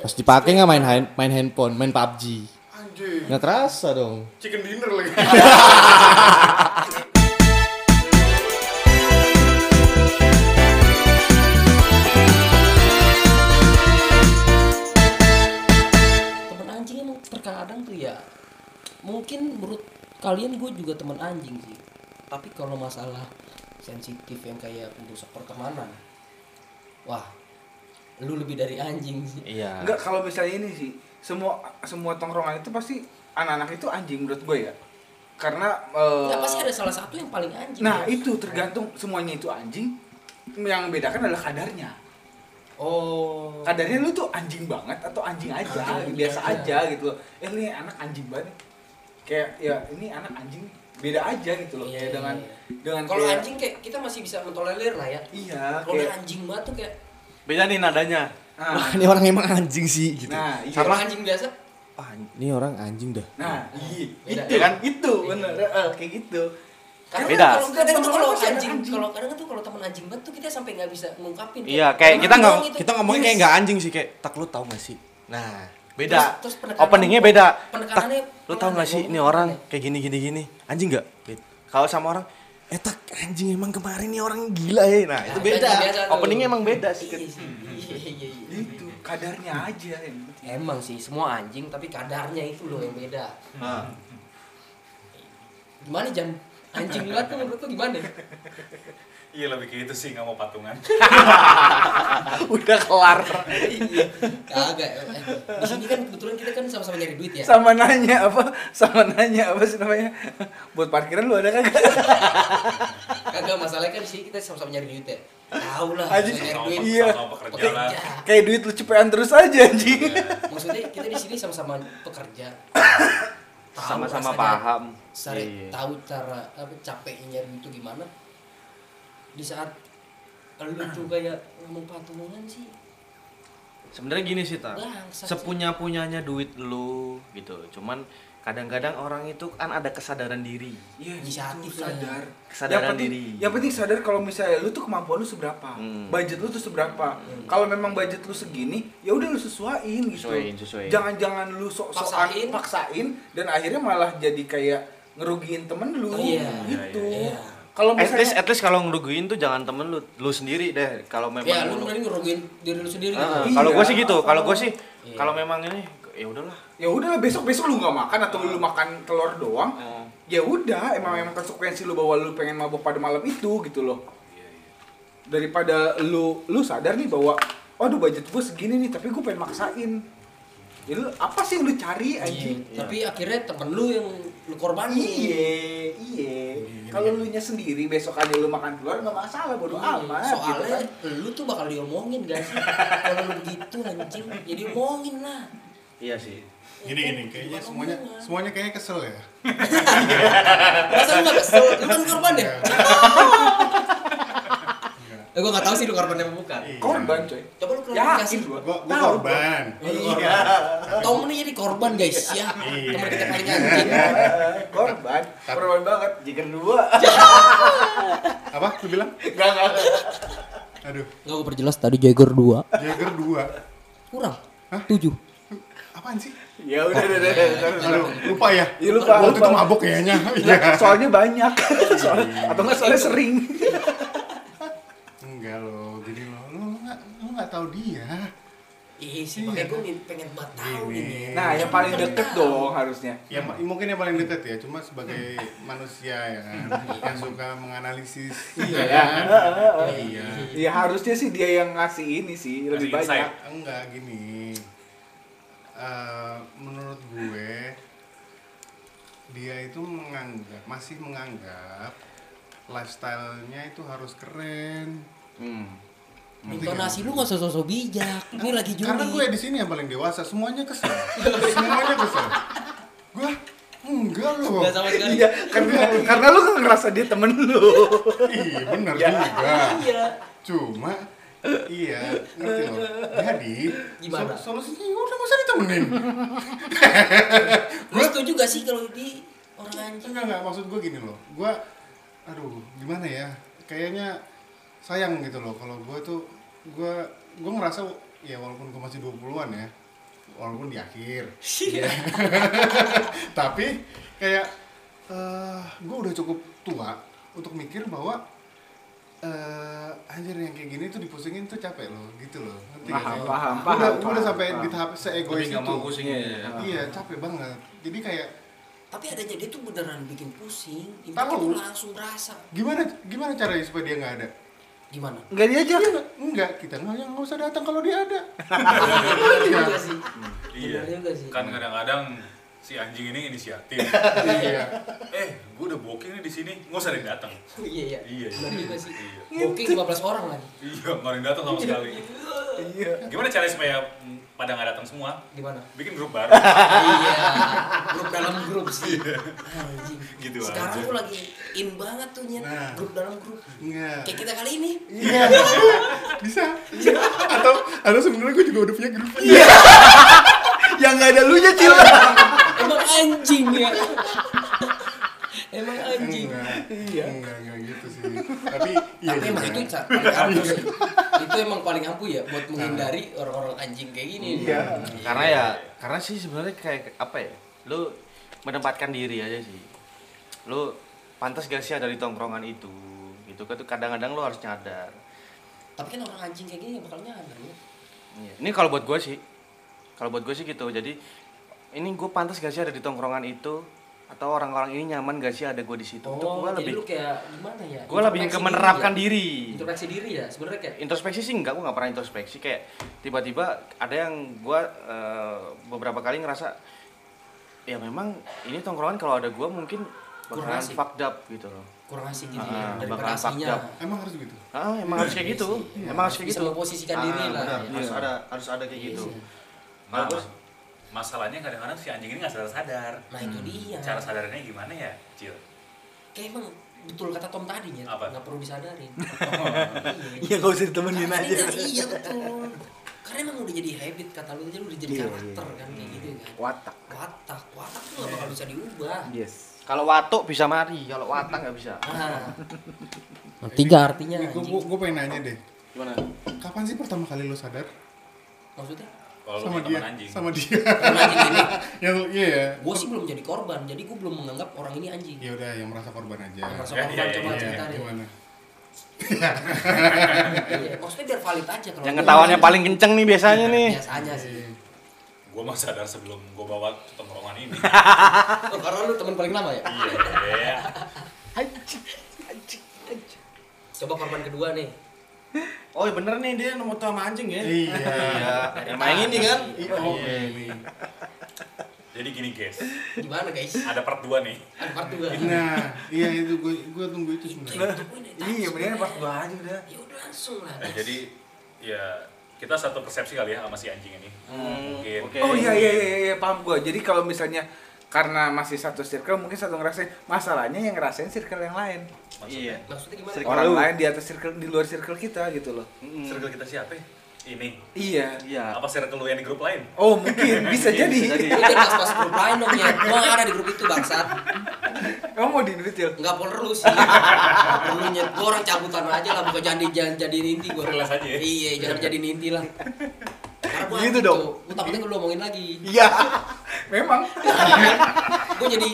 Pas dipakai nggak main hand- main handphone, main PUBG. Anjing, Nggak terasa dong. chicken dinner lagi. temen anjing emang terkadang tuh ya mungkin menurut kalian gue juga temen anjing sih tapi kalau masalah sensitif yang kayak merusak pertemanan wah lu lebih dari anjing sih Iya. Enggak kalau misalnya ini sih semua semua tongkrongan itu pasti anak-anak itu anjing menurut gue ya. Karena eh, nggak pasti ada salah satu yang paling anjing Nah, ya? itu tergantung semuanya itu anjing. Yang membedakan adalah kadarnya. oh Kadarnya lu tuh anjing banget atau anjing aja, Anjing biasa aja. aja gitu loh. Eh, ini anak anjing banget. Kayak ya ini anak anjing beda aja gitu loh. Iya, Kayak dengan iya. dengan kalau kayak- anjing kayak kita masih bisa mentolerir lah ya ya. Iya, kalau udah kayak anjing banget tuh kayak Beda nih nadanya. Ah. nah, Wah, ini orang emang anjing sih gitu. nah, iya. sama anjing biasa Wah, ini orang anjing dah. Nah, iya. Beda, itu ya kan kan? itu Iya. bener Eh, kayak gitu. karena Beda. kalau kadang tuh kalau Pasti ada anjing anjing. kalau kadang tuh kalau temen anjing banget tuh kita sampai nggak bisa ngungkapin gitu. Iya, kayak kita temen nggak- doang itu. Kita ngomongnya kayak nggak anjing sih kayak tak lu tahu gak sih? Nah, Beda. Terus- terus penekanan- Openingnya beda. Tak, penekanannya lu tau gak sih ini orang kayak gini gini gini. Anjing gak? Kalau sama orang eh tak anjing emang kemarin nih orang gila ya. Nah, itu Nah, beda. itu biasa tuh. Openingnya emang beda sih. Gitu. Iya sih, iya, iya, iya. Itu kadarnya aja yang penting. Emang sih semua anjing tapi kadarnya itu loh yang beda. Nah, Gimana jam anjing banget tuh menurut lu gimana? Iya lebih ke itu sih nggak mau patungan. udah kelar. Iya. Kagak. eh. Di sini kan kebetulan kita kan sama-sama nyari duit ya. sama nanya apa sama nanya apa sih namanya buat parkiran lu ada kagak Kagak masalahnya kan di sini kita sama-sama nyari duit ya. Tahu lah Anjing, sama-sama nyari duit. Iya. Sama pekerja lah. Pekerja. kayak duit lu cepean terus aja anjing Iya. Maksudnya kita di sini sama-sama pekerja. Tahu Sama-sama rasanya, paham. Iya. Sari, tahu cara apa capeknya nyari duit itu gimana. Di saat lu tuh kayak ngomong patungan sih. Sebenarnya gini sih tak. Bangsat sih. Sepunya punyanya duit lu gitu. Cuman kadang-kadang orang itu kan ada kesadaran diri. Iya, Inisiatif itu sadar Kesadaran yang penting, diri. yang penting sadar kalau misalnya lu tuh kemampuan lu seberapa Hmm. budget lu tuh seberapa kalau memang budget lu segini ya udah lu sesuaiin gitu Sesuaiin, sesuaiin. jangan-jangan lu sok-sokan Paksain. paksain. dan akhirnya malah jadi kayak ngerugiin temen Oh, lu iya. gitu Iya, iya. At kalau least, misalnya at least kalau ngerugiin tuh jangan temen lu, lu sendiri deh. Kalau memang Ya lu lu- mending ngerugiin diri lu sendiri Ah, gitu. Iya. kalau gue sih gitu, kalau gue sih Iya. kalau memang ini ya udahlah. ya udah besok-besok lu nggak makan atau Ah. lu makan telur doang ya udah emang emang konsekuensi lu bahwa lu pengen mabuk pada malam itu gitu loh daripada lu lu sadar nih bahwa aduh budget gue segini nih tapi gue pengen maksain ya lu apa sih yang lu cari anjing Iya. Tapi akhirnya temen lu yang lu korbanin. Iya, iye iye kalau lu nya sendiri besok aja lu makan telur nggak masalah bodo Iya. amat gitu Soalnya kan lu tuh bakal diomongin gak sih? Kalau lu begitu anjing, ya diomongin lah. Iya sih. Gini gini kayaknya semuanya semuanya kayaknya kesel ya. Masa lu gak kesel? Lu kan korban ya? Eh, gue gak tau sih lu korban apa bukan. Iya. korban coy Coba lu klarifikasi. yakin gua Gua, gua Tahu, korban. Gua Iya. korban. Tom ini jadi korban guys ya. Iya. Temen kita paling anjing. Iya, korban korban banget jiger dua Apa lu bilang? Nggak, nggak, nggak. Aduh, Gak gue perjelas tadi Jager 2. Jagger 2. Kurang. 7. Apaan sih? ya udah udah udah, udah udah. Aduh, lupa ya. Iya, lupa, Waktu itu lupa. mabok kayaknya. Iya. Nah, soalnya banyak soalnya, atau nggak soalnya sering Enggak lo, jadi lo lo nggak lo nggak tahu dia. Iya sih, Iya. makanya gue pengen banget tau Gini. ini. nah yang paling deket dong harusnya Ya ma- mungkin yang paling dekat ya, cuma sebagai manusia ya kan, yang suka menganalisis. Iya kan? Iya. ya harusnya sih dia yang ngasih ini sih lebih Ngasih banyak insight. Enggak gini. Eh, menurut gue dia itu menganggap masih menganggap lifestyle-nya itu harus keren. Ngerti nggak? Intonasi lu gak sosok bijak. Ini lagi juri. Karena gue di sini yang paling dewasa, semuanya kesel. semuanya kesel. Gue enggak loh. Gak sama sekali. iya karena karena lu kan ngerasa dia temen lu Iya bener juga. Cuma iya ngerti loh. Jadi Gimana? sol- solusinya ya udah nggak usah ditemenin. Lu setuju gak sih kalau di orang anjing? enggak enggak maksud gue gini loh. Gue aduh gimana ya? Kayaknya sayang gitu loh kalau gue tuh gue gue ngerasa ya walaupun gue masih 20-an ya walaupun di akhir tapi kayak eh gue udah cukup tua untuk mikir bahwa eh anjir yang kayak gini tuh dipusingin tuh capek loh gitu loh ngerti gak Paham, sih? paham, Gua paham, udah, gua udah paham, sampai paham. di tahap seegois Tapi itu gitu. nggak mau pusingnya ya. iya capek banget jadi kayak tapi adanya dia tuh beneran bikin pusing Impact Tahu. tuh langsung berasa gimana gimana caranya supaya dia nggak ada gimana Enggak diajak. Iya, enggak kita nggak nggak usah datang kalau dia ada bener juga sih Iya. bener juga sih Kan kadang-kadang si anjing ini inisiatif. iya eh, gue udah booking nih di sini, nggak usah ada yang datang. iya iya Gitu. Iya. bener juga sih Iya. booking 15 orang lagi Iya, nggak ada yang datang sama sekali. Iya. Gimana caranya supaya mm, pada nggak datang semua? gimana Bikin grup baru. iya grup dalam grup sih anjing Gitu sekarang aja. tuh lagi in banget tuh nyet Nah. grup dalam grup enggak kayak kita kali ini Iya. Bisa. Atau atau sebenarnya gue juga udah punya grup. Ya Yang nggak ada lu nya cil. emang anjing ya emang anjing Iya. Enggak, enggak gitu sih. Tapi iya tapi emang juga. itu ca- paling ampuh sih. itu emang paling ampuh ya buat menghindari orang-orang anjing kayak gini Iya. Hmm. karena ya, karena sih sebenarnya kayak apa ya? Lu menempatkan diri aja sih. Lu pantas gak sih ada di tongkrongan itu? Gitu kan tuh kadang-kadang lu harus nyadar. tapi kan orang anjing kayak gini bakal nyadar ya Iya. Ini kalau buat gue sih, kalau buat gue sih gitu. Jadi ini gue pantas gak sih ada di tongkrongan itu? Atau orang-orang ini nyaman gak sih ada gue di situ? Untuk oh gue jadi lebih, lu kayak gimana ya gue lebih Introspeksi ke menerapkan diri ya? diri. introspeksi diri ya sebenarnya kayak Introspeksi sih enggak, gue nggak pernah introspeksi. Kayak tiba-tiba ada yang gue eh, beberapa kali ngerasa ya memang ini tongkrongan kalau ada gue mungkin Kurang bakalan asik. fucked up gitu loh. kurang asik gitu Ah, ya daripada bakal aslinya fucked Emang harus gitu. Ah, emang harus kayak gitu. Iya. Emang harus kayak Bisa gitu. memposisikan diri lah, benar. ya. Harus ada harus ada kayak Iya gitu. sih. Nah, Bagus. masalahnya kadang-kadang si anjing ini nggak sadar-sadar. nah itu Hmm. dia Cara sadarnya gimana ya, Cil? kayak emang betul kata Tom tadi ya Apa? nggak perlu disadarin gitu. Iya, gak usah ditemenin Karena dia- iya betul karena emang udah jadi habit kata lu jadi udah jadi Iya, karakter iya. kan kayak gitu kan Watak. watak watak tuh nggak Iya. bakal bisa diubah Yes. Kalau watuk bisa mari, kalau watak nggak bisa. nah tiga artinya Gue anjing. gue gue pengen nanya deh. Gimana? Kapan sih pertama kali lo sadar maksudnya Kalau lu sama punya dia? teman anjing. Sama dia. orang anjing ini ya lo- iya ya. gue sih belum jadi korban jadi gue belum menganggap orang ini anjing Ya udah yang merasa korban aja. Yang merasa Iya, korban iya, coba iya, cerita Iya, deh gimana? Iya, maksudnya biar valid aja kalau Yang dia- ketahuannya paling kenceng nih biasanya Iya, nih. biasanya sih Gue mah sadar sebelum gue bawa ke tongkrongan ini. oh, karena lu teman paling lama ya Iya. coba korban kedua nih Oh iya bener nih dia nomor tua sama anjing ya. Iya. Emang yang ini kan? Iya, Oke nih. Jadi gini guys, gimana guys ada part 2 nih. ada part dua Nah, iya itu gue gue tunggu itu Itu sebenarnya. yang ditungguin dari tadi Iya, bener pas sebenarnya. gua aja udah. ya udah langsung lah Nah, jadi ya kita satu persepsi kali ya sama si anjing ini. Hmm, Mungkin. Oke. Oh iya iya iya, iya paham gua. Jadi kalau misalnya karena masih satu circle mungkin satu ngerasain masalahnya yang ngerasain circle yang lain Maksudnya, Iya. maksudnya gimana Circle orang lu. lain di atas circle di luar circle kita gitu loh Mm. circle kita siapa? ya? Ini. iya Nah. Iya. Apa circle lu yang di grup lain? oh mungkin bisa jadi Lu jangan pas-pas kan grup lain dong ya. Gua nggak ada di grup itu bangsat. kamu mau diinvite Cil? Enggak perlu sih. Nggak perlu nyet. Gua orang cabutan aja lah bukan jadi jangan jadiin inti gua. Relax aja ya. Iya, jangan jadiin inti lah. Karena gua Gitu gitu. dong. Gua takutnya gua omongin lagi. Iya. memang Gua jadi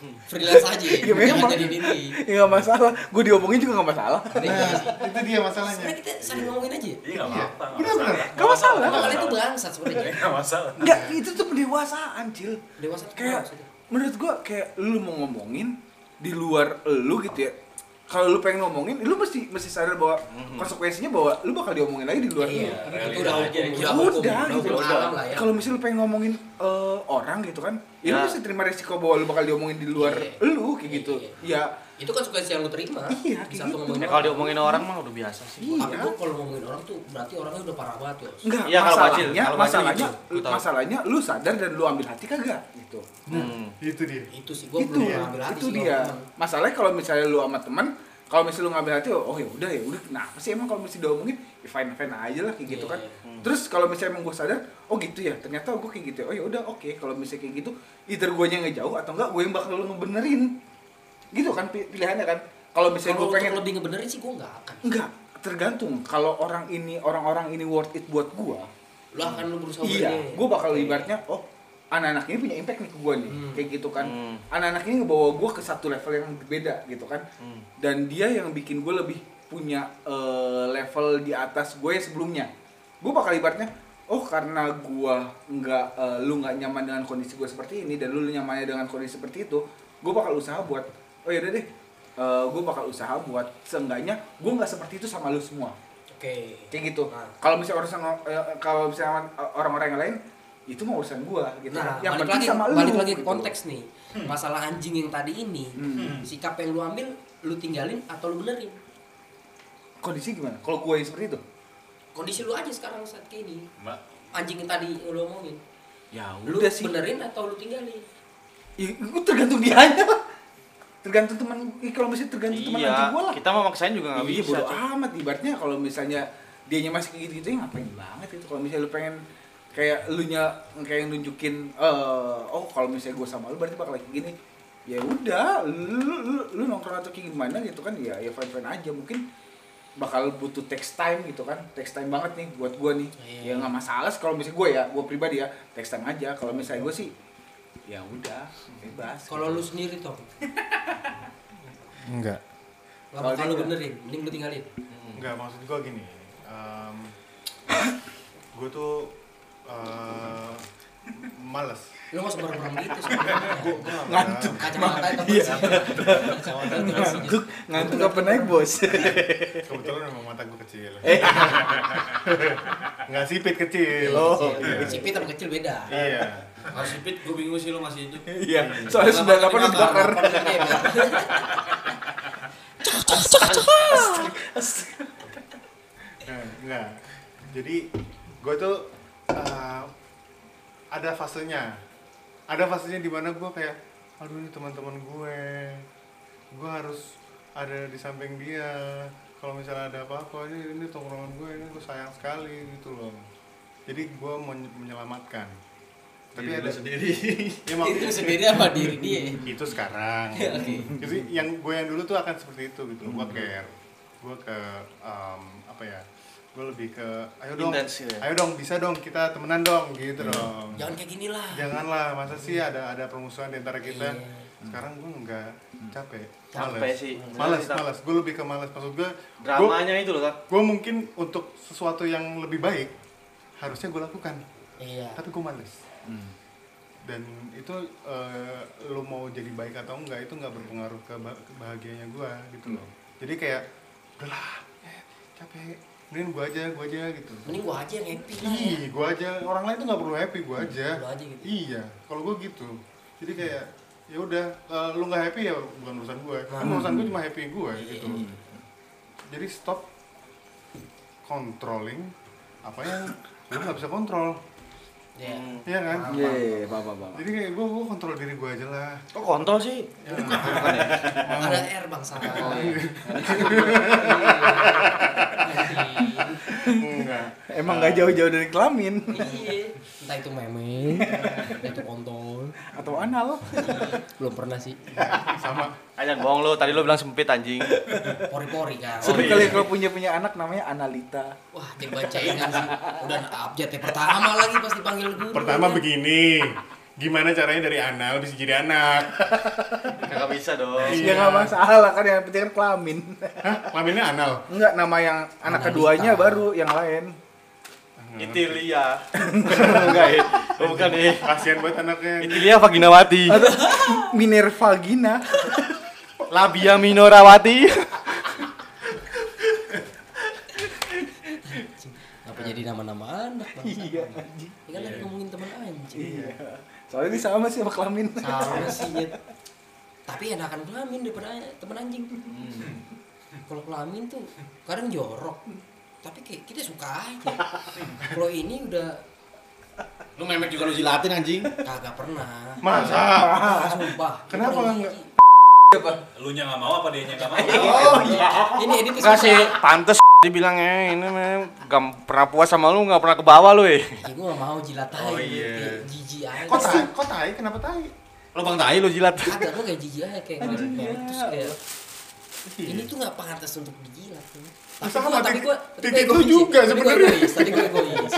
hmm, freelance aja. Iya, Jangan memang. jadiin inti. ya nggak masalah gue diomongin juga nggak masalah Nah, itu dia masalahnya. Sebenarnya kita saling ngomongin aja. Nah. ya? Iya, nggak apa-apa. nggak Benar, benar. Nggak masalah. Emang kalian tuh bangsat sebenarnya. Nggak masalah. nggak itu tuh pendewasaan Cil Dewasa tuh kayak maksudnya. menurut gua kayak lu mau ngomongin di luar lu gitu ya kalau lu pengen ngomongin lu mesti mesti sadar bahwa Mm-hmm. konsekuensinya bahwa lu bakal diomongin lagi di luar Iya, lu itu udah realita aja. hukum, ya udah udah, hukum, udah gitu hukum alam lah ya. kalau misalnya lu pengen ngomongin eh, orang gitu kan ya, lu Ya. mesti terima resiko bahwa lu bakal diomongin di luar Iya. lu kayak gitu iya. itu konsekuensi yang lu terima. Iya, kayak Saat lu gitu. ngomongin Ya, kalau diomongin orang mah udah biasa sih. ya Tapi gua kalau ngomongin orang tuh berarti orangnya udah parah banget ya. Enggak, Iya, kalau masalahnya, bacil, kalau bacil masalahnya, gitu, gua tahu. masalahnya lu sadar dan lu ambil hati kagak gitu. Hmm. Itu dia. Itu sih gua itu belum ya, ngambil hati itu sih kalau dia. ngomong. Masalahnya kalau misalnya lu sama teman, kalau misalnya lu ngambil hati, oh ya udah ya udah kenapa sih emang kalau misalnya diomongin, ya fine fine aja lah kayak gitu Iya, kan. iya. Terus kalau misalnya emang gue sadar, oh gitu ya, ternyata gue kayak gitu. ya. Oh ya udah oke, kalau misalnya kayak gitu, either gue yang ngejauh atau enggak gue yang bakal lu ngebenerin. Gitu kan pi- pilihannya kan. Kalau misalnya Kalau gue untuk pengen lebih ngebenerin sih gua nggak akan. Enggak, tergantung. Kalau orang ini orang-orang ini worth it buat gua, lu akan lu berusaha iya berani. gue bakal ibaratnya oh anak-anak ini punya impact nih ke gue nih Hmm. kayak gitu kan Hmm. anak-anak ini ngebawa gue ke satu level yang beda gitu kan Hmm. dan dia yang bikin gue lebih punya eh, level di atas gue sebelumnya gue bakal ibaratnya oh karena gue nggak eh, lu nggak nyaman dengan kondisi gue seperti ini dan lu nyamannya dengan kondisi seperti itu gue bakal usaha buat oh ya deh gue bakal usaha buat seenggaknya gue nggak seperti itu sama lu semua oke kayak gitu Nah. kalau misalnya urusan eh, kalau misalnya eh, orang-orang yang lain itu mah urusan gua gitu nah yang balik penting lagi sama lu balik lagi ke gitu. konteks nih masalah anjing yang tadi ini Hmm. sikap yang lu ambil lu tinggalin atau lu benerin kondisi gimana kalau gua yang seperti itu kondisi lu aja sekarang saat kayak ini Mbak, anjing yang tadi yang lu omongin Ya lu Udah sih. benerin atau lu tinggalin ya, gua tergantung dia aja tergantung teman ih, kalau misalnya tergantung teman Iya, anjing gua lah kita mau maksain juga nggak iya bisa. bodo Cok. amat ibaratnya kalau misalnya dianya masih kayak gitu-gitu ya ngapain banget itu kalau misalnya lu pengen kayak lu nya kayak nunjukin eh oh kalau misalnya gua sama lu berarti bakal kayak gini ya udah lu, lu, lu nongkrong atau kayak gimana gitu kan ya ya fine fine aja mungkin bakal butuh text time gitu kan text time banget nih buat gua nih Iya. ya nggak masalah sih kalau misalnya gua ya gua pribadi ya text time aja kalau misalnya gua sih ya udah bebas kalau lu sendiri toh Enggak. nggak Kalau bakal lu dia- benerin mending lu tinggalin Enggak, maksud gue gini. gue tuh eh, males. lu nggak usah merem gitu sebenarnya Gua nggak Ngantuk. marah. kacamata itu bersih kacamata itu bersih ngantuk ngantuk apa Iya. naik bos Kebetulan memang mata gue kecil. Enggak sipit kecil. Oh. Iya. sipit sama kecil beda Iya. Mas Sipit, gue bingung sih lo masih hidup. Iya, soalnya sudah kapan udah bakar. Nah, enggak. Jadi gue tuh eh, ada fasenya. Ada fasenya di mana gue kayak aduh ini teman-teman gue. Gue harus ada di samping dia. Kalau misalnya ada apa-apa ini ini tongkrongan gue ini gue sayang sekali gitu loh. Jadi gue mau men- menyelamatkan. Tapi Diri lu ada sendiri. Ya, mak- itu sendiri apa diri dia itu sekarang Oke. jadi yang gue yang dulu tuh akan seperti itu gitu gue care gue ke em, apa ya gue lebih ke ayo dong Intens gitu ya. ayo dong bisa dong kita temenan dong gitu dong jangan kayak gini lah janganlah masa sih ada ada permusuhan di antara kita Iya. sekarang gue nggak capek Capek males. sih. Bener males sih, males gue lebih ke males maksud gue Dramanya itu loh, Tat. gue mungkin untuk sesuatu yang lebih baik harusnya gue lakukan iya tapi gue males dan itu eh, lo mau jadi baik atau enggak itu nggak berpengaruh ke, ba- ke bahagianya gue gitu loh jadi kayak udahlah eh, capek mending gue aja gue aja gitu mending gua aja yang happy lah ya. Ih, gue aja orang lain tuh nggak perlu happy gue aja Lu aja gitu. iya kalau gue gitu jadi kayak ya udah eh, lu nggak happy ya bukan urusan gue kan Hmm. urusan gue cuma happy gue gitu jadi stop controlling apa yang lu nggak bisa kontrol Iya. iya kan Iya, iya, iya, paham, paham. jadi kayak gue gue kontrol diri gue aja lah Kok kontol sih? ada air bangsa Iya. enggak Emang nggak jauh-jauh dari kelamin Iya. entah itu meme entah itu kontol atau anal. belum pernah sih sama Ajan bohong lo, tadi lo bilang sempit anjing. pori-pori kan Seru kali kalau punya punya anak namanya Analita. wah jadi bacain kan sih udah update yang pertama lagi pas dipanggil guru pertama kan. begini gimana caranya dari anal bisa jadi anak Kagak bisa dong. Ya nggak masalah kan yang penting kan kelamin. Hah? kelaminnya anal Enggak nama yang anak Analita. keduanya baru yang lain. Itilia. Enggak ya. Oh, bukan ya. Eh, kasihan buat anaknya Itilia Vaginawati. Minerva Gina. Labia Minorawati. Ngapa jadi nama-nama anak bang? Iya. Ini kan lagi ngomongin teman anjing. Iya. Soalnya ini sama sih sama kelamin. Sama sih Nyet. Tapi enakan kelamin daripada teman anjing. Kalau kelamin tuh kadang jorok. Tapi kayak kita suka aja. Kalau ini udah Lu memek juga lu jilatin anjing. kagak pernah. masa Ah, Sumpah. Kenapa Ini- enggak? lu nya nggak mau apa dia nya nggak mau? Iya. Ini edit Enggak sih, pantes dibilang eh ini mem gak pernah puas sama lu, gak pernah ke bawah lu, eh. Ya gue gak mau jilat aja. Oh, iya. Kayak Jijik aja. kok tai kok tai kenapa tai Lo bang tai lu jilat. Kagak gue kayak jijik aja kayak ngeliat merah, terus kayak Iya. ini tuh nggak pantas untuk dijilat tuh. Terus Tapi sama gua- tapi titik- gua- tapi titik gua lu egois juga sih. Tapi gua sebenarnya. egois, Tapi gue egois.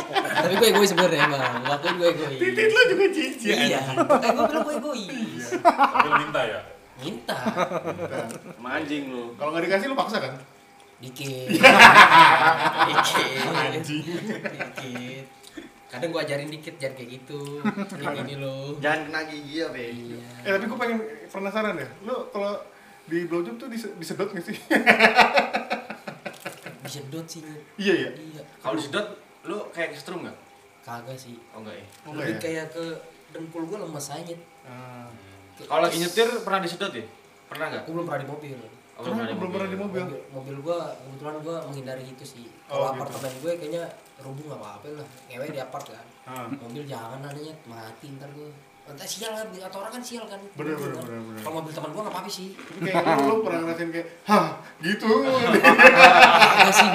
Tapi gue egois sebenarnya emang. Ngakuin gue egois. Titit lo juga jijik. Iya. Iya. Eh gue bilang gue egois. Tapi lu minta ya. Minta Nah, Sama anjing lu. Kalau nggak dikasih lu paksa kan? dikit. dikit. Dikit. Kadang gue ajarin dikit jangan kayak gitu. Kayak gini Iya. lo. Jangan kena gigi ya, Be. Eh tapi gue pengen penasaran ya. Lu kalau di blowjob tuh dise- disedot nggak sih? Bisa dot sih. Nyet. iya iya. Iya. Kalau disedot, lu kayak kesetrum nggak? Kagak sih. Oh enggak ya. Oh, Lebih enggak ya? kayak ke dengkul gue lemes aja. Nyet. Ah. Kalau lagi nyetir pernah disedot ya? Pernah nggak? Aku belum pernah di mobil. Oh, Kenapa belum pernah di mobil? mobil mobil gue kebetulan gue menghindari itu sih kalau Oh, gitu. apartemen gue kayaknya rubuh nggak apa-apa lah ngewe di apart kan Ah. mobil jangan adanya mati ntar gue entah sial kan atau orang kan sial kan Bener, Gitu bener, kan. bener, bener. kalau mobil teman gue nggak apa-apa sih Tapi kayak lu, lu pernah ngerasain kayak, hah gitu. Iya. Kagak sih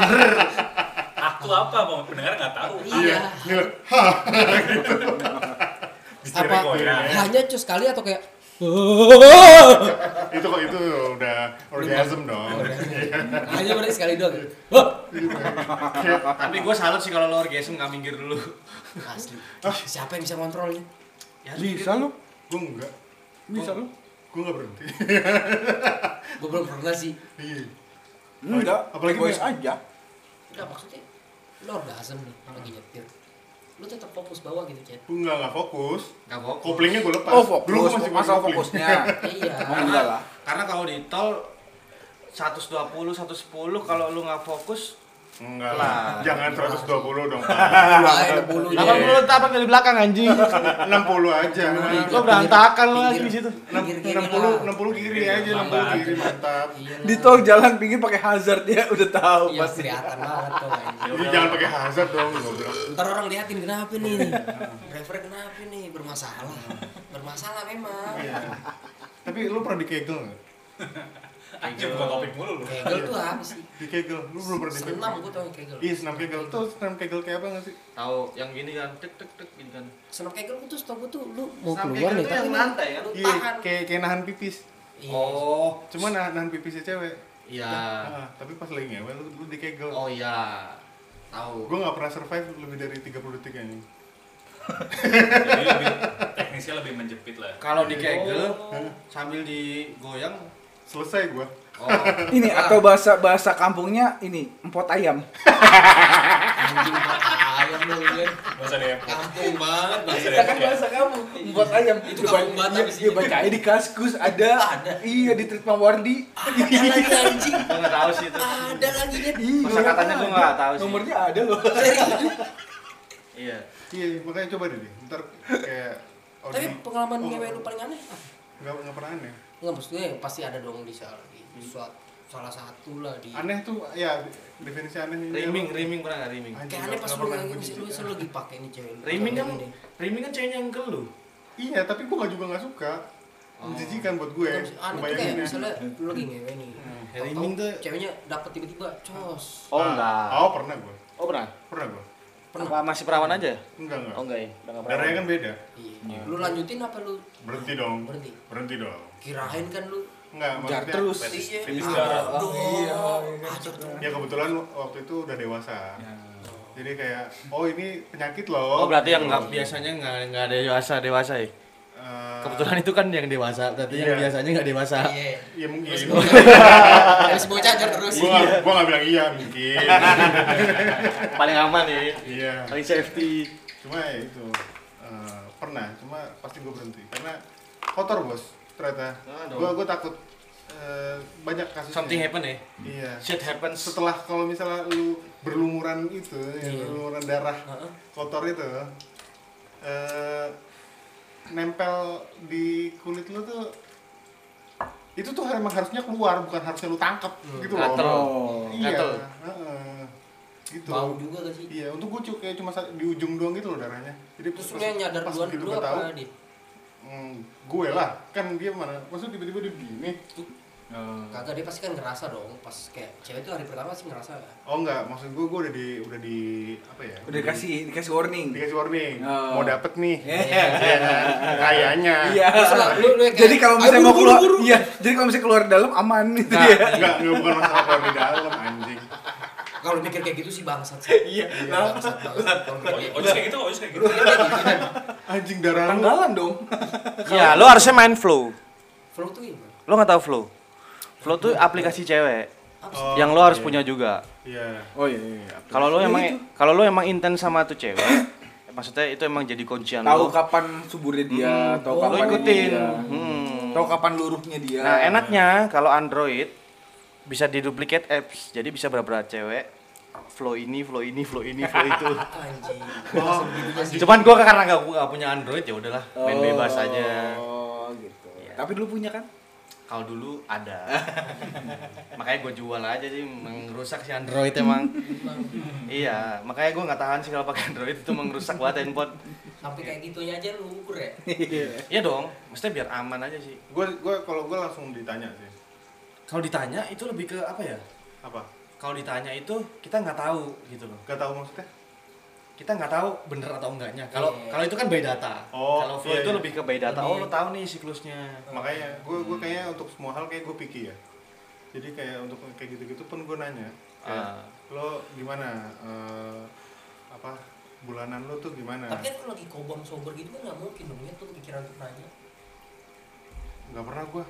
Aku apa, mau pendengar nggak tahu. iya Iya. Hah. apa ya. goyang. hanya cus kali atau kayak Itu kok itu udah orgasm dong. Iya. hanya berarti sekali doang Wah! Tapi gue salut sih kalau lo orgasm nggak minggir dulu. asli siapa yang bisa kontrolnya Ya, Bisa lu, Gue enggak. bisa lu. Gue enggak berhenti. gue belum pernah sih Iya. Enggak, Apalagi egois punya- aja. nggak maksudnya lo orgasm nih lagi nyetir lo tetap fokus bawah gitu chat Gue enggak enggak fokus. Nggak fokus. Koplingnya gue lepas. Oh Dulu gua fokus, masih masalah kopling. fokusnya. iya Oh enggak lah. Karena kalau di tol 120, 110 kalau lu nggak fokus Enggak Lah. lah. Jangan Iya. 120 dong. Mulai ada bulunya. 80 tapak dari belakang anjing. 60 aja. Lo berantakan lo lagi di situ. Enam- Pinggir kiri 60 lah. 60 kiri aja, 60 Mantap. kiri mantap. Iya lah. Di tol jalan pinggir pakai hazard dia udah tahu Iya, pasti. kelihatan banget tuh anjing. Jadi jangan pakai hazard dong goblok. Ntar orang liatin kenapa nih. Driver kenapa nih bermasalah. Bermasalah memang. Iya. Tapi lu pernah dikegel enggak? Anjing buka Iya. topik mulu lu. Kegel tuh apa sih? Dikegel. Lu belum pernah dikegel. Senam gua tau yang kegel. Iya, senam kegel. Tuh senam kegel kayak apa enggak sih? Tahu yang gini kan tek tek tek gini kan. Senam kegel gua tuh setau gua tuh lu mau Senam keluar kegel nih tuh tapi yang lu- lantai ya? lu Iya, tahan. kayak kayak nahan pipis. Iya. Oh, Cuma nahan, nahan pipisnya cewek. iya. Ah, tapi pas lagi ngewe lu, lu dikegel. Oh iya. Tahu. Gue gak pernah survive lebih dari 30 detik aja. Jadi lebih, teknisnya lebih menjepit lah. Kalau di kegel sambil digoyang Selesai gue. oh Ini atau bahasa bahasa kampungnya ini empot ayam. Anjing makan ayam lu kan. Masa deh. Kampung banget bahasa. Iya, Kita kan bahasa kamu empot ayam. Itu Dia kampung ba- Batak dia- di sini. Dia bacanya di kaskus ada. Iya di Tritma Wardi. Ada lagi anjing. gua enggak tahu sih itu. Ada lagi dia. Iya. Masa katanya gua nggak tahu sih. Nomornya ada loh. Iya. Iya, makanya coba deh. deh. Ntar kayak... Tapi pengalaman ngewe lu paling aneh? apa? Gak, gak pernah aneh. Enggak maksud gue pasti ada dong di salah di di suat- salah satu lah di Aneh tuh, ya definisi aneh. ini. Riming, riming pernah nggak riming? Anjing, kayak aneh gak- pas gak lu pernah lagi gua mesti lu jijik. selalu dipakai nih cewek lu. Riming kan, Ini. riming kan ceweknya yang ke lu. Iya, tapi gue gak juga gak suka. Oh. Menjijikan buat gue. Aneh tuh kayak Bayanginnya. misalnya lu lagi ngewe nih. Tahu-tahu riming tuh- ceweknya dapat tiba-tiba cos. Oh Ah, enggak. Oh, pernah gue. Oh pernah? Pernah gue. Apa masih perawan aja? Enggak, enggak. Oh enggak ya? Udah enggak perawan. Darahnya kan beda. Iya. Lu lanjutin apa lu? Berhenti dong. Berhenti. Berhenti dong. Kirain kan lu Enggak, Jar maksudnya. terus. Fetis- Iya. fetis Ah, darah. Aduh. Iya, iya. Ajar tuh. Ya kebetulan waktu itu udah dewasa. Jadi kayak, oh ini penyakit Ya. Oh loh. berarti yang Gitu. nggak biasanya nggak nggak ada dewasa dewasa ya? Eh, Kebetulan itu kan yang dewasa, berarti Iya. yang biasanya nggak dewasa. Iya. Iya mungkin. Terus Gua gua- Harus bocah ajar terus. gak, gua gak bilang iya mungkin. Paling aman ya, iya. paling safety. Cuma ya itu eh, pernah. Cuma pasti gua berhenti karena kotor bos ternyata. Ah, dong. Gua gua takut eh, banyak kasusnya. Something happen ya? Iya. Shit happens. Setelah kalau misalnya lu berlumuran itu, ya, Iya. berlumuran darah Heeh. kotor itu, eh, nempel di kulit lu tuh itu tuh emang harusnya keluar bukan harusnya lu tangkep gitu loh. Hmm. Gatel. Oh. Iya. Gatel. heeh. Gitu. Bau juga gak sih? Iya, untuk gue cu- kayak cuma sa- di ujung doang gitu loh darahnya. Jadi Terus lu yang nyadar duluan begitu dulu gua apa dia? hmm, gue lah, kan dia mana? Maksudnya tiba-tiba dia begini. Kagak dia pasti kan ngerasa dong pas kayak cewek itu hari pertama sih ngerasa kan. lah. Oh enggak, maksud gue gue udah di udah di apa ya? Udah dikasih dikasih warning. dikasih warning. Oh. Mau dapet nih. Iya. Iya kan? Kayaknya. Iya. Terus lah, lu- lu yang Jadi kayak, kalau "Ayo, misalnya mau buru, buru, keluar, buru." iya. Jadi kalau misalnya keluar dalam aman gitu Nah, ya. enggak, enggak bukan masalah keluar di dalam anjing. Kalau mikir kayak gitu sih bangsat sih. Iya. Bangsat banget. Kalau mikir kayak Ojek gitu. ojek kayak gitu, ojek kayak gitu. Anjing darah lu. Tanggalan dong. Ya, lo harusnya main flow. Flow tuh gimana? Lo nggak tahu flow? Flow tuh aplikasi cewek Oh, yang lo harus iya. punya juga. Iya. Oh iya. iya. Kalau lo Ya emang gitu. kalau lo emang intens sama tuh cewek, maksudnya itu emang jadi kuncian tahu lo. kapan suburnya dia, tahu Lo Oh, kapan ini ikutin. dia, Hmm. tahu kapan luruhnya dia. Nah, enaknya kalau Android bisa diduplikat apps. Jadi bisa beberapa cewek flow ini, flow ini, flow ini, flow itu. Ah, Anjing. gitu Oh, Cuman gua karena gak, gua gak punya Android ya udahlah, main Oh, bebas aja. gitu. Tapi dulu punya kan? Kalau dulu ada. makanya gua jual aja sih mengrusak si Android emang. iya, makanya gua nggak tahan sih kalau pakai Android itu mengrusak banget handphone. Sampai kayak gitunya aja lu ukur ya. Iya dong, mestinya biar aman aja sih. gue gue kalau gue langsung ditanya sih. Kalau ditanya itu lebih ke apa ya? Apa? Kalau ditanya itu kita nggak tahu gitu loh. Gak tahu maksudnya? kita nggak tahu bener atau enggaknya. Kalau Iya. kalau itu kan by data. Oh, kalau flow iya, itu iya. lebih ke by data. Hmm. Lebih- Oh, lo tahu nih siklusnya. Makanya gue gue kayaknya untuk semua hal kayak gue pikir ya. Jadi kayak untuk kayak gitu-gitu pun gue nanya. Kayak, Ah. Lo gimana? Eh, apa bulanan lo tuh gimana? Tapi kan kalau lagi kobam sober gitu kan nggak mungkin dong ya tuh pikiran tuh nanya. Gak pernah gue.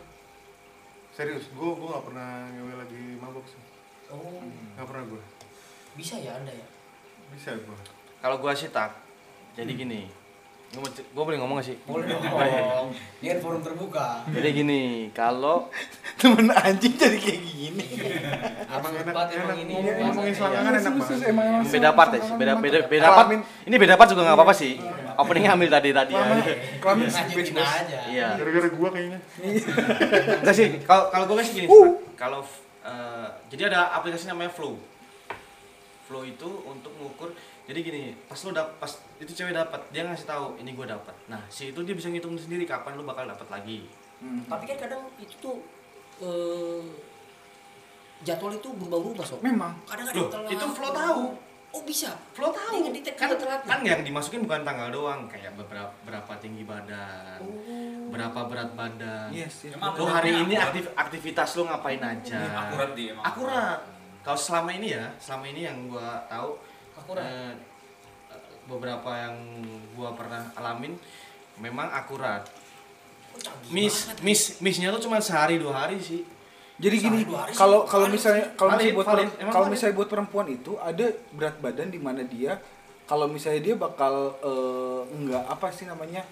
Serius, gue gue gak pernah ngewe lagi mabok sih. Oh, Gak pernah gue. bisa ya anda ya? Bisa gue. Kalau gua sih tak. Jadi gini. Gua, mau cer- gua Hmm. boleh ngomong nggak sih? Oh, iya, Boleh dong. Ini kan forum terbuka. Jadi gini, kalau Temen anjing jadi kayak gini. Emang Iya. Absurd enak, banget enak. emang ini. ya, Iya. Ngomong- ngomongin Bahasanya. selangkangan enak Khusus, banget. emang- emang beda part ya, sih. beda beda beda part. Kelamin. Ini beda part juga nggak Iya. apa-apa sih. Openingnya ambil tadi tadi ya. Kelamin Ngajakin Iya. aja. Iya. Gara-gara gue kayaknya. Enggak sih, kalau kalau gue kan gini, Stak. kalau eh, jadi ada aplikasi namanya Flow. Flow itu untuk mengukur. Jadi gini, pas lo dap, pas itu cewek dapat, dia ngasih tahu ini gue dapat. Nah, si itu dia bisa ngitung sendiri kapan lo bakal dapat lagi. Hmm. Tapi kan kadang itu tuh eh, jadwal itu berubah-ubah sob. Memang. Kadang ada Loh, telat. itu Flo tahu. Oh bisa. Flow Dia tahu. ngedetect Kan, kalau telat. Oh, kan yang dimasukin bukan tanggal doang, kayak beberapa berapa tinggi badan, Oh. berapa berat badan. Yes, yes. Emang Lo hari ini aktif, aktivitas lo ngapain aja? Iya, Akurat dia emang. akurat kalau selama ini ya selama ini yang gua tahu Akurat. eh, beberapa yang gua pernah alamin memang akurat Oh, canggih miss banget. miss missnya tuh cuma sehari dua hari sih Jadi gini, Sehari dua hari kalau sih. kalau Valid misalnya sih. kalau Valid, misalnya buat valid. perem- Emang kalau valid. misalnya buat perempuan itu ada berat badan di mana dia kalau misalnya dia bakal eh, enggak apa sih namanya?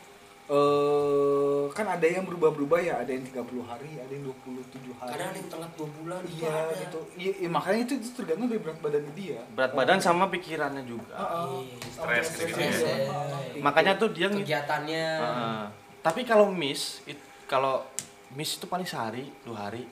eh kan ada yang berubah-berubah ya, ada yang 30 hari, ada yang 27 hari. Kadang ada yang telat dua bulan. itu Iya ada. gitu. Iya, iya, makanya itu, itu tergantung dari berat badan dia. berat badan sama pikirannya juga Heeh. Iya. gitu Stres gitu-gitu ya. Heeh, heeh, heeh. makanya tuh dia Ah. ngi- Kegiatannya. Heeh. tapi kalau miss it- kalau miss itu paling sehari dua hari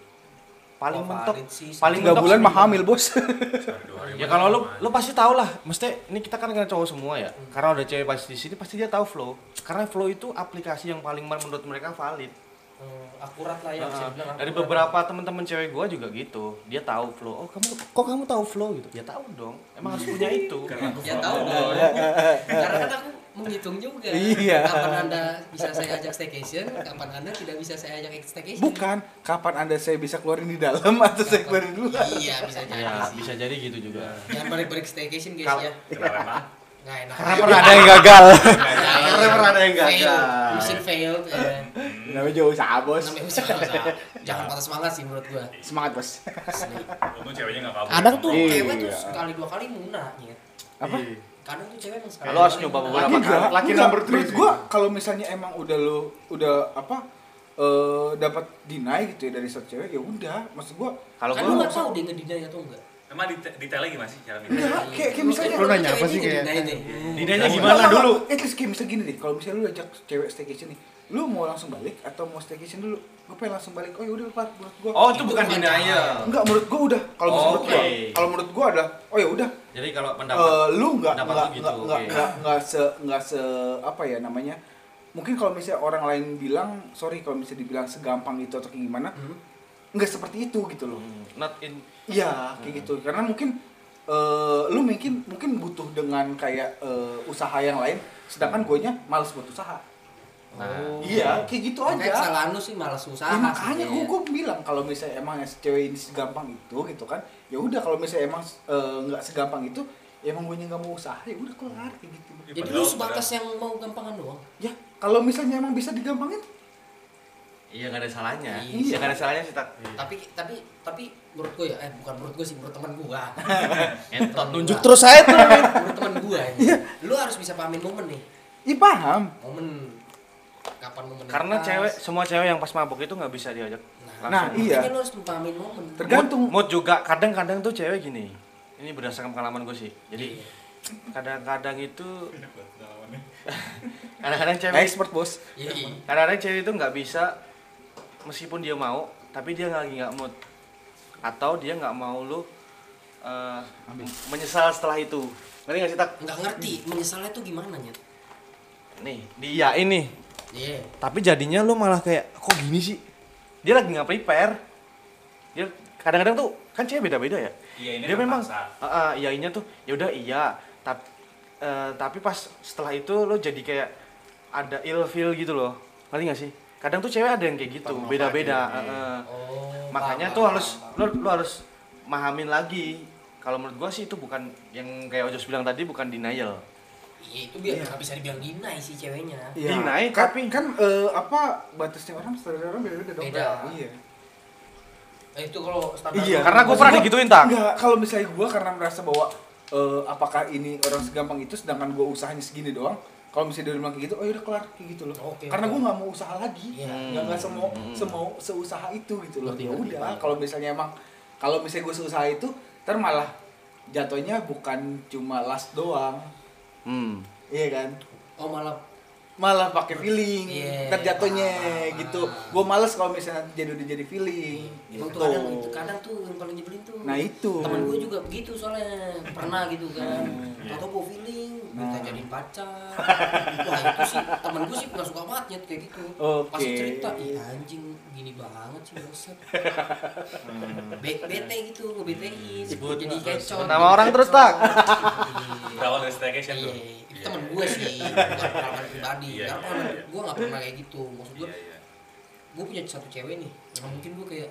paling Oh, mentok valid sih. paling gitu. tiga mentok bulan mah seminggu. hamil bos. Sehari dua hari. Ya kalau lu lu pasti tau lah, mesti ini kita kan kena cowok semua ya. Karena udah cewek pasti di sini pasti dia tahu flow. Karena flow itu aplikasi yang paling menurut mereka valid. Eh, akurat lah ya. bisa Nah, dibilang dari akurat. beberapa teman-teman cewek gua juga gitu. Dia tahu flow. Oh, kamu kok kamu tahu flow gitu? Ya tahu dong. Emang harus punya itu. Karena aku Ya flow. tahu Oh, dong. iya. Karena kan aku menghitung juga. Iya. Kapan Anda bisa saya ajak staycation, kapan Anda tidak bisa saya ajak staycation. Bukan kapan anda saya bisa keluarin di dalam atau saya keluarin dulu. Iya, bisa jadi Ya, sih. bisa jadi gitu juga. Jangan balik-balik staycation guys Kalau- ya. Kenapa emang? Nggak enak. Karena pernah ada yang gagal. Karena pernah ada yang Fail. gagal. Mission failed. eh. Namanya jauh usaha bos. Namanya usaha. Jangan patah semangat sih menurut gua. Semangat bos. Asli. Untung ceweknya nggak kabur. Kadang tuh Iya. cewek tuh sekali dua kali munah ya. Apa? Iya. Kadang tuh cewek emang sekali. Kalau dua harus kali nyoba munah. beberapa Enggak, kali? Laki enggak. number three Menurut sih. gua kalau misalnya emang udah lu udah apa eh, dapat deny gitu ya dari satu cewek ya udah maksud gua Kalau Kan gua lu nggak tahu dia ngedinai atau enggak. Emang dite- detail lagi masih cara minta. Enggak, kayak, kayak Lu- misalnya Lu nanya apa ceweknya sih kayak- ngedinai nih. Lidahnya Enggak, gimana enggak, dulu? enggak. At least kayak misalnya gini deh, kalau misalnya lu ajak cewek staycation nih, lu mau langsung balik atau mau staycation dulu? Gue pengen langsung balik. Oh ya udah kelar menurut gua. Oh, itu Itu bukan bukan denial. Enggak, menurut gua udah. Kalau menurut gua, Oke. kalau menurut gua adalah oh ya udah. Jadi kalau Eh, pendapat lu enggak pendapat enggak lu gitu, enggak enggak oke. enggak enggak se enggak se apa ya namanya? Hmm. Mungkin kalau misalnya orang lain bilang, sorry kalau misalnya dibilang segampang itu atau kayak gitu gimana, nggak seperti itu gitu loh not in Iya, kayak gitu. Hmm. Karena mungkin eh, lu mungkin mungkin butuh dengan kayak eh, usaha yang lain, Hmm. sedangkan guanya males buat usaha. Nah. Oh. Iya, kayak gitu aja. Makanya kesalahan lu sih malas usaha Ya, makanya sih, gue Jen. bilang kalau misalnya emang cewek ini segampang itu gitu kan, ya udah kalau misalnya emang eh, nggak segampang itu, ya emang guanya nggak mau usaha, ya udah keluar kayak gitu. Jadi lu Padahal- sebatas yang mau gampangan doang. Ya, kalau misalnya emang bisa digampangin, iya nggak ada salahnya Iya. iya nggak ada salahnya sih tak Tapi tapi tapi menurut gue ya, eh bukan menurut gue sih, menurut teman gue. entot Nunjuk terus saya tuh. menurut teman gue ini. Iya. Lu harus bisa pahamin momen nih. ya paham. Momen kapan momen yang karena pas. cewek semua cewek yang pas mabuk itu nggak bisa diajak Nah, Nah, langsung. iya. Makanya lu harus pahamin momen. Tergantung. mood, mood juga kadang-kadang tuh cewek gini ini berdasarkan pengalaman gue sih jadi kadang-kadang itu kadang-kadang cewek Nah, Expert bos. Iya. iya. kadang-kadang cewek itu nggak bisa meskipun dia mau tapi dia nggak- lagi nggak mood atau dia nggak mau lu eh, menyesal setelah itu ngerti nggak sih tak Nggak ngerti menyesalnya tuh gimana Nyet. nih dia ini Iya. tapi jadinya lu malah kayak kok gini sih dia lagi nggak prepare dia kadang-kadang tuh kan cewek beda-beda ya Iya, ini dia memang terpaksa. Ah, ah, iyainya tuh ya udah iya tapi tapi pas setelah itu lo jadi kayak ada ill feel gitu loh ngerti nggak sih kadang tuh cewek ada yang kayak gitu Pernah beda-beda ada, ah, ah. Oh. makanya paham, tuh paham, harus paham. lo lo harus mahamin lagi kalau menurut gua sih itu bukan yang kayak Ojos bilang tadi bukan denial Iya itu biar Iya. nggak bisa dibilang dinai sih ceweknya. Iya. Dinaik, Kan- tapi- kan eh, apa batasnya orang standar orang beda-beda dong. Beda. Iya. Nah, itu kalau standar. Iya. Karena gua Maksud pernah gua- digituin, Tak. Enggak, kalau misalnya gua karena merasa bahwa eh, apakah ini orang segampang itu sedangkan gua usahanya segini doang. Kalau misalnya dia bilang kayak gitu, oh udah kelar kayak gitu loh. Oke, karena oke. gua nggak mau usaha lagi. Iya. Nggak Hmm. nggak semau semau seusaha itu gitu loh. Ngerti, Ya ngerti, udah, Pak. kalau misalnya emang kalau misalnya gua seusaha itu, ntar malah jatuhnya bukan cuma last doang. hmm. Iya kan? Oh malah malah pakai feeling Iya, ntar jatuhnya paham, gitu paham. gue males kalau misalnya nanti jadi jadi feeling Emang gitu tuh kadang itu kadang tuh yang paling nyebelin tuh. Nah, itu. Temen gue juga begitu soalnya pernah gitu kan. Hmm. Atau gue feeling minta Nah. jadiin pacar. Wah itu sih temen gue sih nggak suka banget nyet kayak gitu. Pas Oke. cerita, iya anjing gini banget sih bosan. Hmm. Be- bete gitu gue betein. Sebut- jadi kecoh. gitu. sebut nama orang terus, Tak. Berawal dari staycation Iya, tuh. itu Iya. temen gue sih, bukan pengalaman pribadi. Iya, Karena iya, pengalaman iya. gue gak pernah kayak gitu. Maksud gue, Iya, iya. gue punya satu cewek nih. Nah, mungkin gue kayak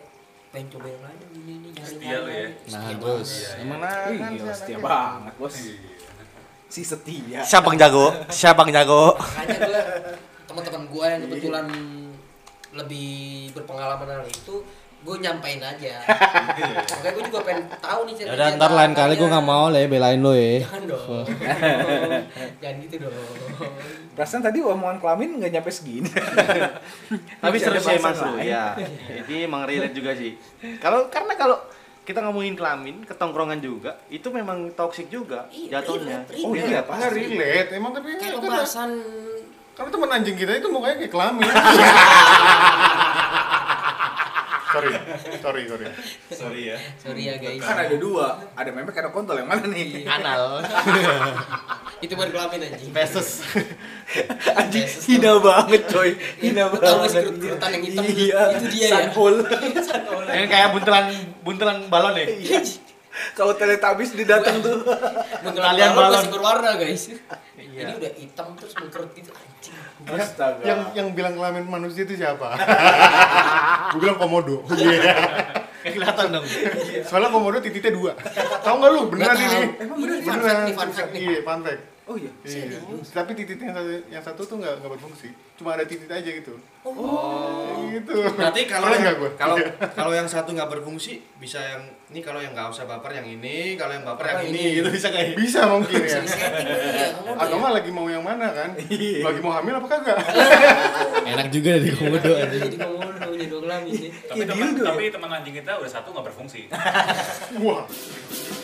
pengen coba yang lain ini ini nyari Setia lu ya. Nah, bos. Iya. Emang Ih, gila, setia banget bos Iya. si setia siapa yang jago siapa yang jago Makanya gue teman-teman gue yang kebetulan lebih berpengalaman hal itu, gue nyampain aja. Makanya gue juga pengen tahu nih cerita. Ya udah ntar lain kali gue nggak mau lah ya belain lo ya. Jangan dong. Jangan gitu dong. perasaan tadi omongan kelamin nggak nyampe segini tapi Masih seru sih ada bahasan emang seru lain. iya. ya jadi emang relate juga sih kalau karena kalau kita ngomongin kelamin ketongkrongan juga itu memang toksik juga Iya, jatuhnya relate, oh iya Karena pasti relate, emang tapi Kayak kan- pembahasan Karena teman anjing kita itu mukanya kayak kelamin. sorry, sorry, sorry. Sorry ya. sorry ya guys. kan ada dua ada memek ada kontol yang mana nih Iya. anal itu baru kelamin anjing Pesus anjing Yesus, hina banget coy hina Lu Iya, tahu banget skrut- skrutan yang hitam? iya Itu dia ya? Sunhole. yang kayak buntelan buntelan balon ya Iya. kalau teletabis didatang tuh mengelalaian balon. masih berwarna guys Iya. ini udah hitam terus mengkerut gitu anjing astaga Yang yang bilang kelamin manusia itu siapa? Gue bilang komodo. Nggak kelihatan dong Soalnya komodo titiknya dua. Tahu nggak lu? Beneran Nggak ini? tahu. Emang Ini fun bener fact Beneran. nih fun fact nih Iya, fun fact. oh iya Iya. Tapi titiknya yang satu, yang satu tuh nggak nggak berfungsi. Cuma ada titik aja gitu. Oh. Gitu. berarti kalau Keren yang, nggak gua? kalau kalau yang satu nggak berfungsi bisa yang ini kalau yang nggak usah baper yang ini kalau yang baper yang Oh, ini ini. gitu bisa kayak bisa mungkin ya. setting kali ya kamu Atau udah mah lagi mau yang mana kan? Lagi mau hamil apa kagak? Enak juga dari komodo ya. anjing. jadi ngomong udah jadi kelamin nih Tapi Kayak teman dildo ya? tapi teman anjing kita udah satu nggak berfungsi. Wah.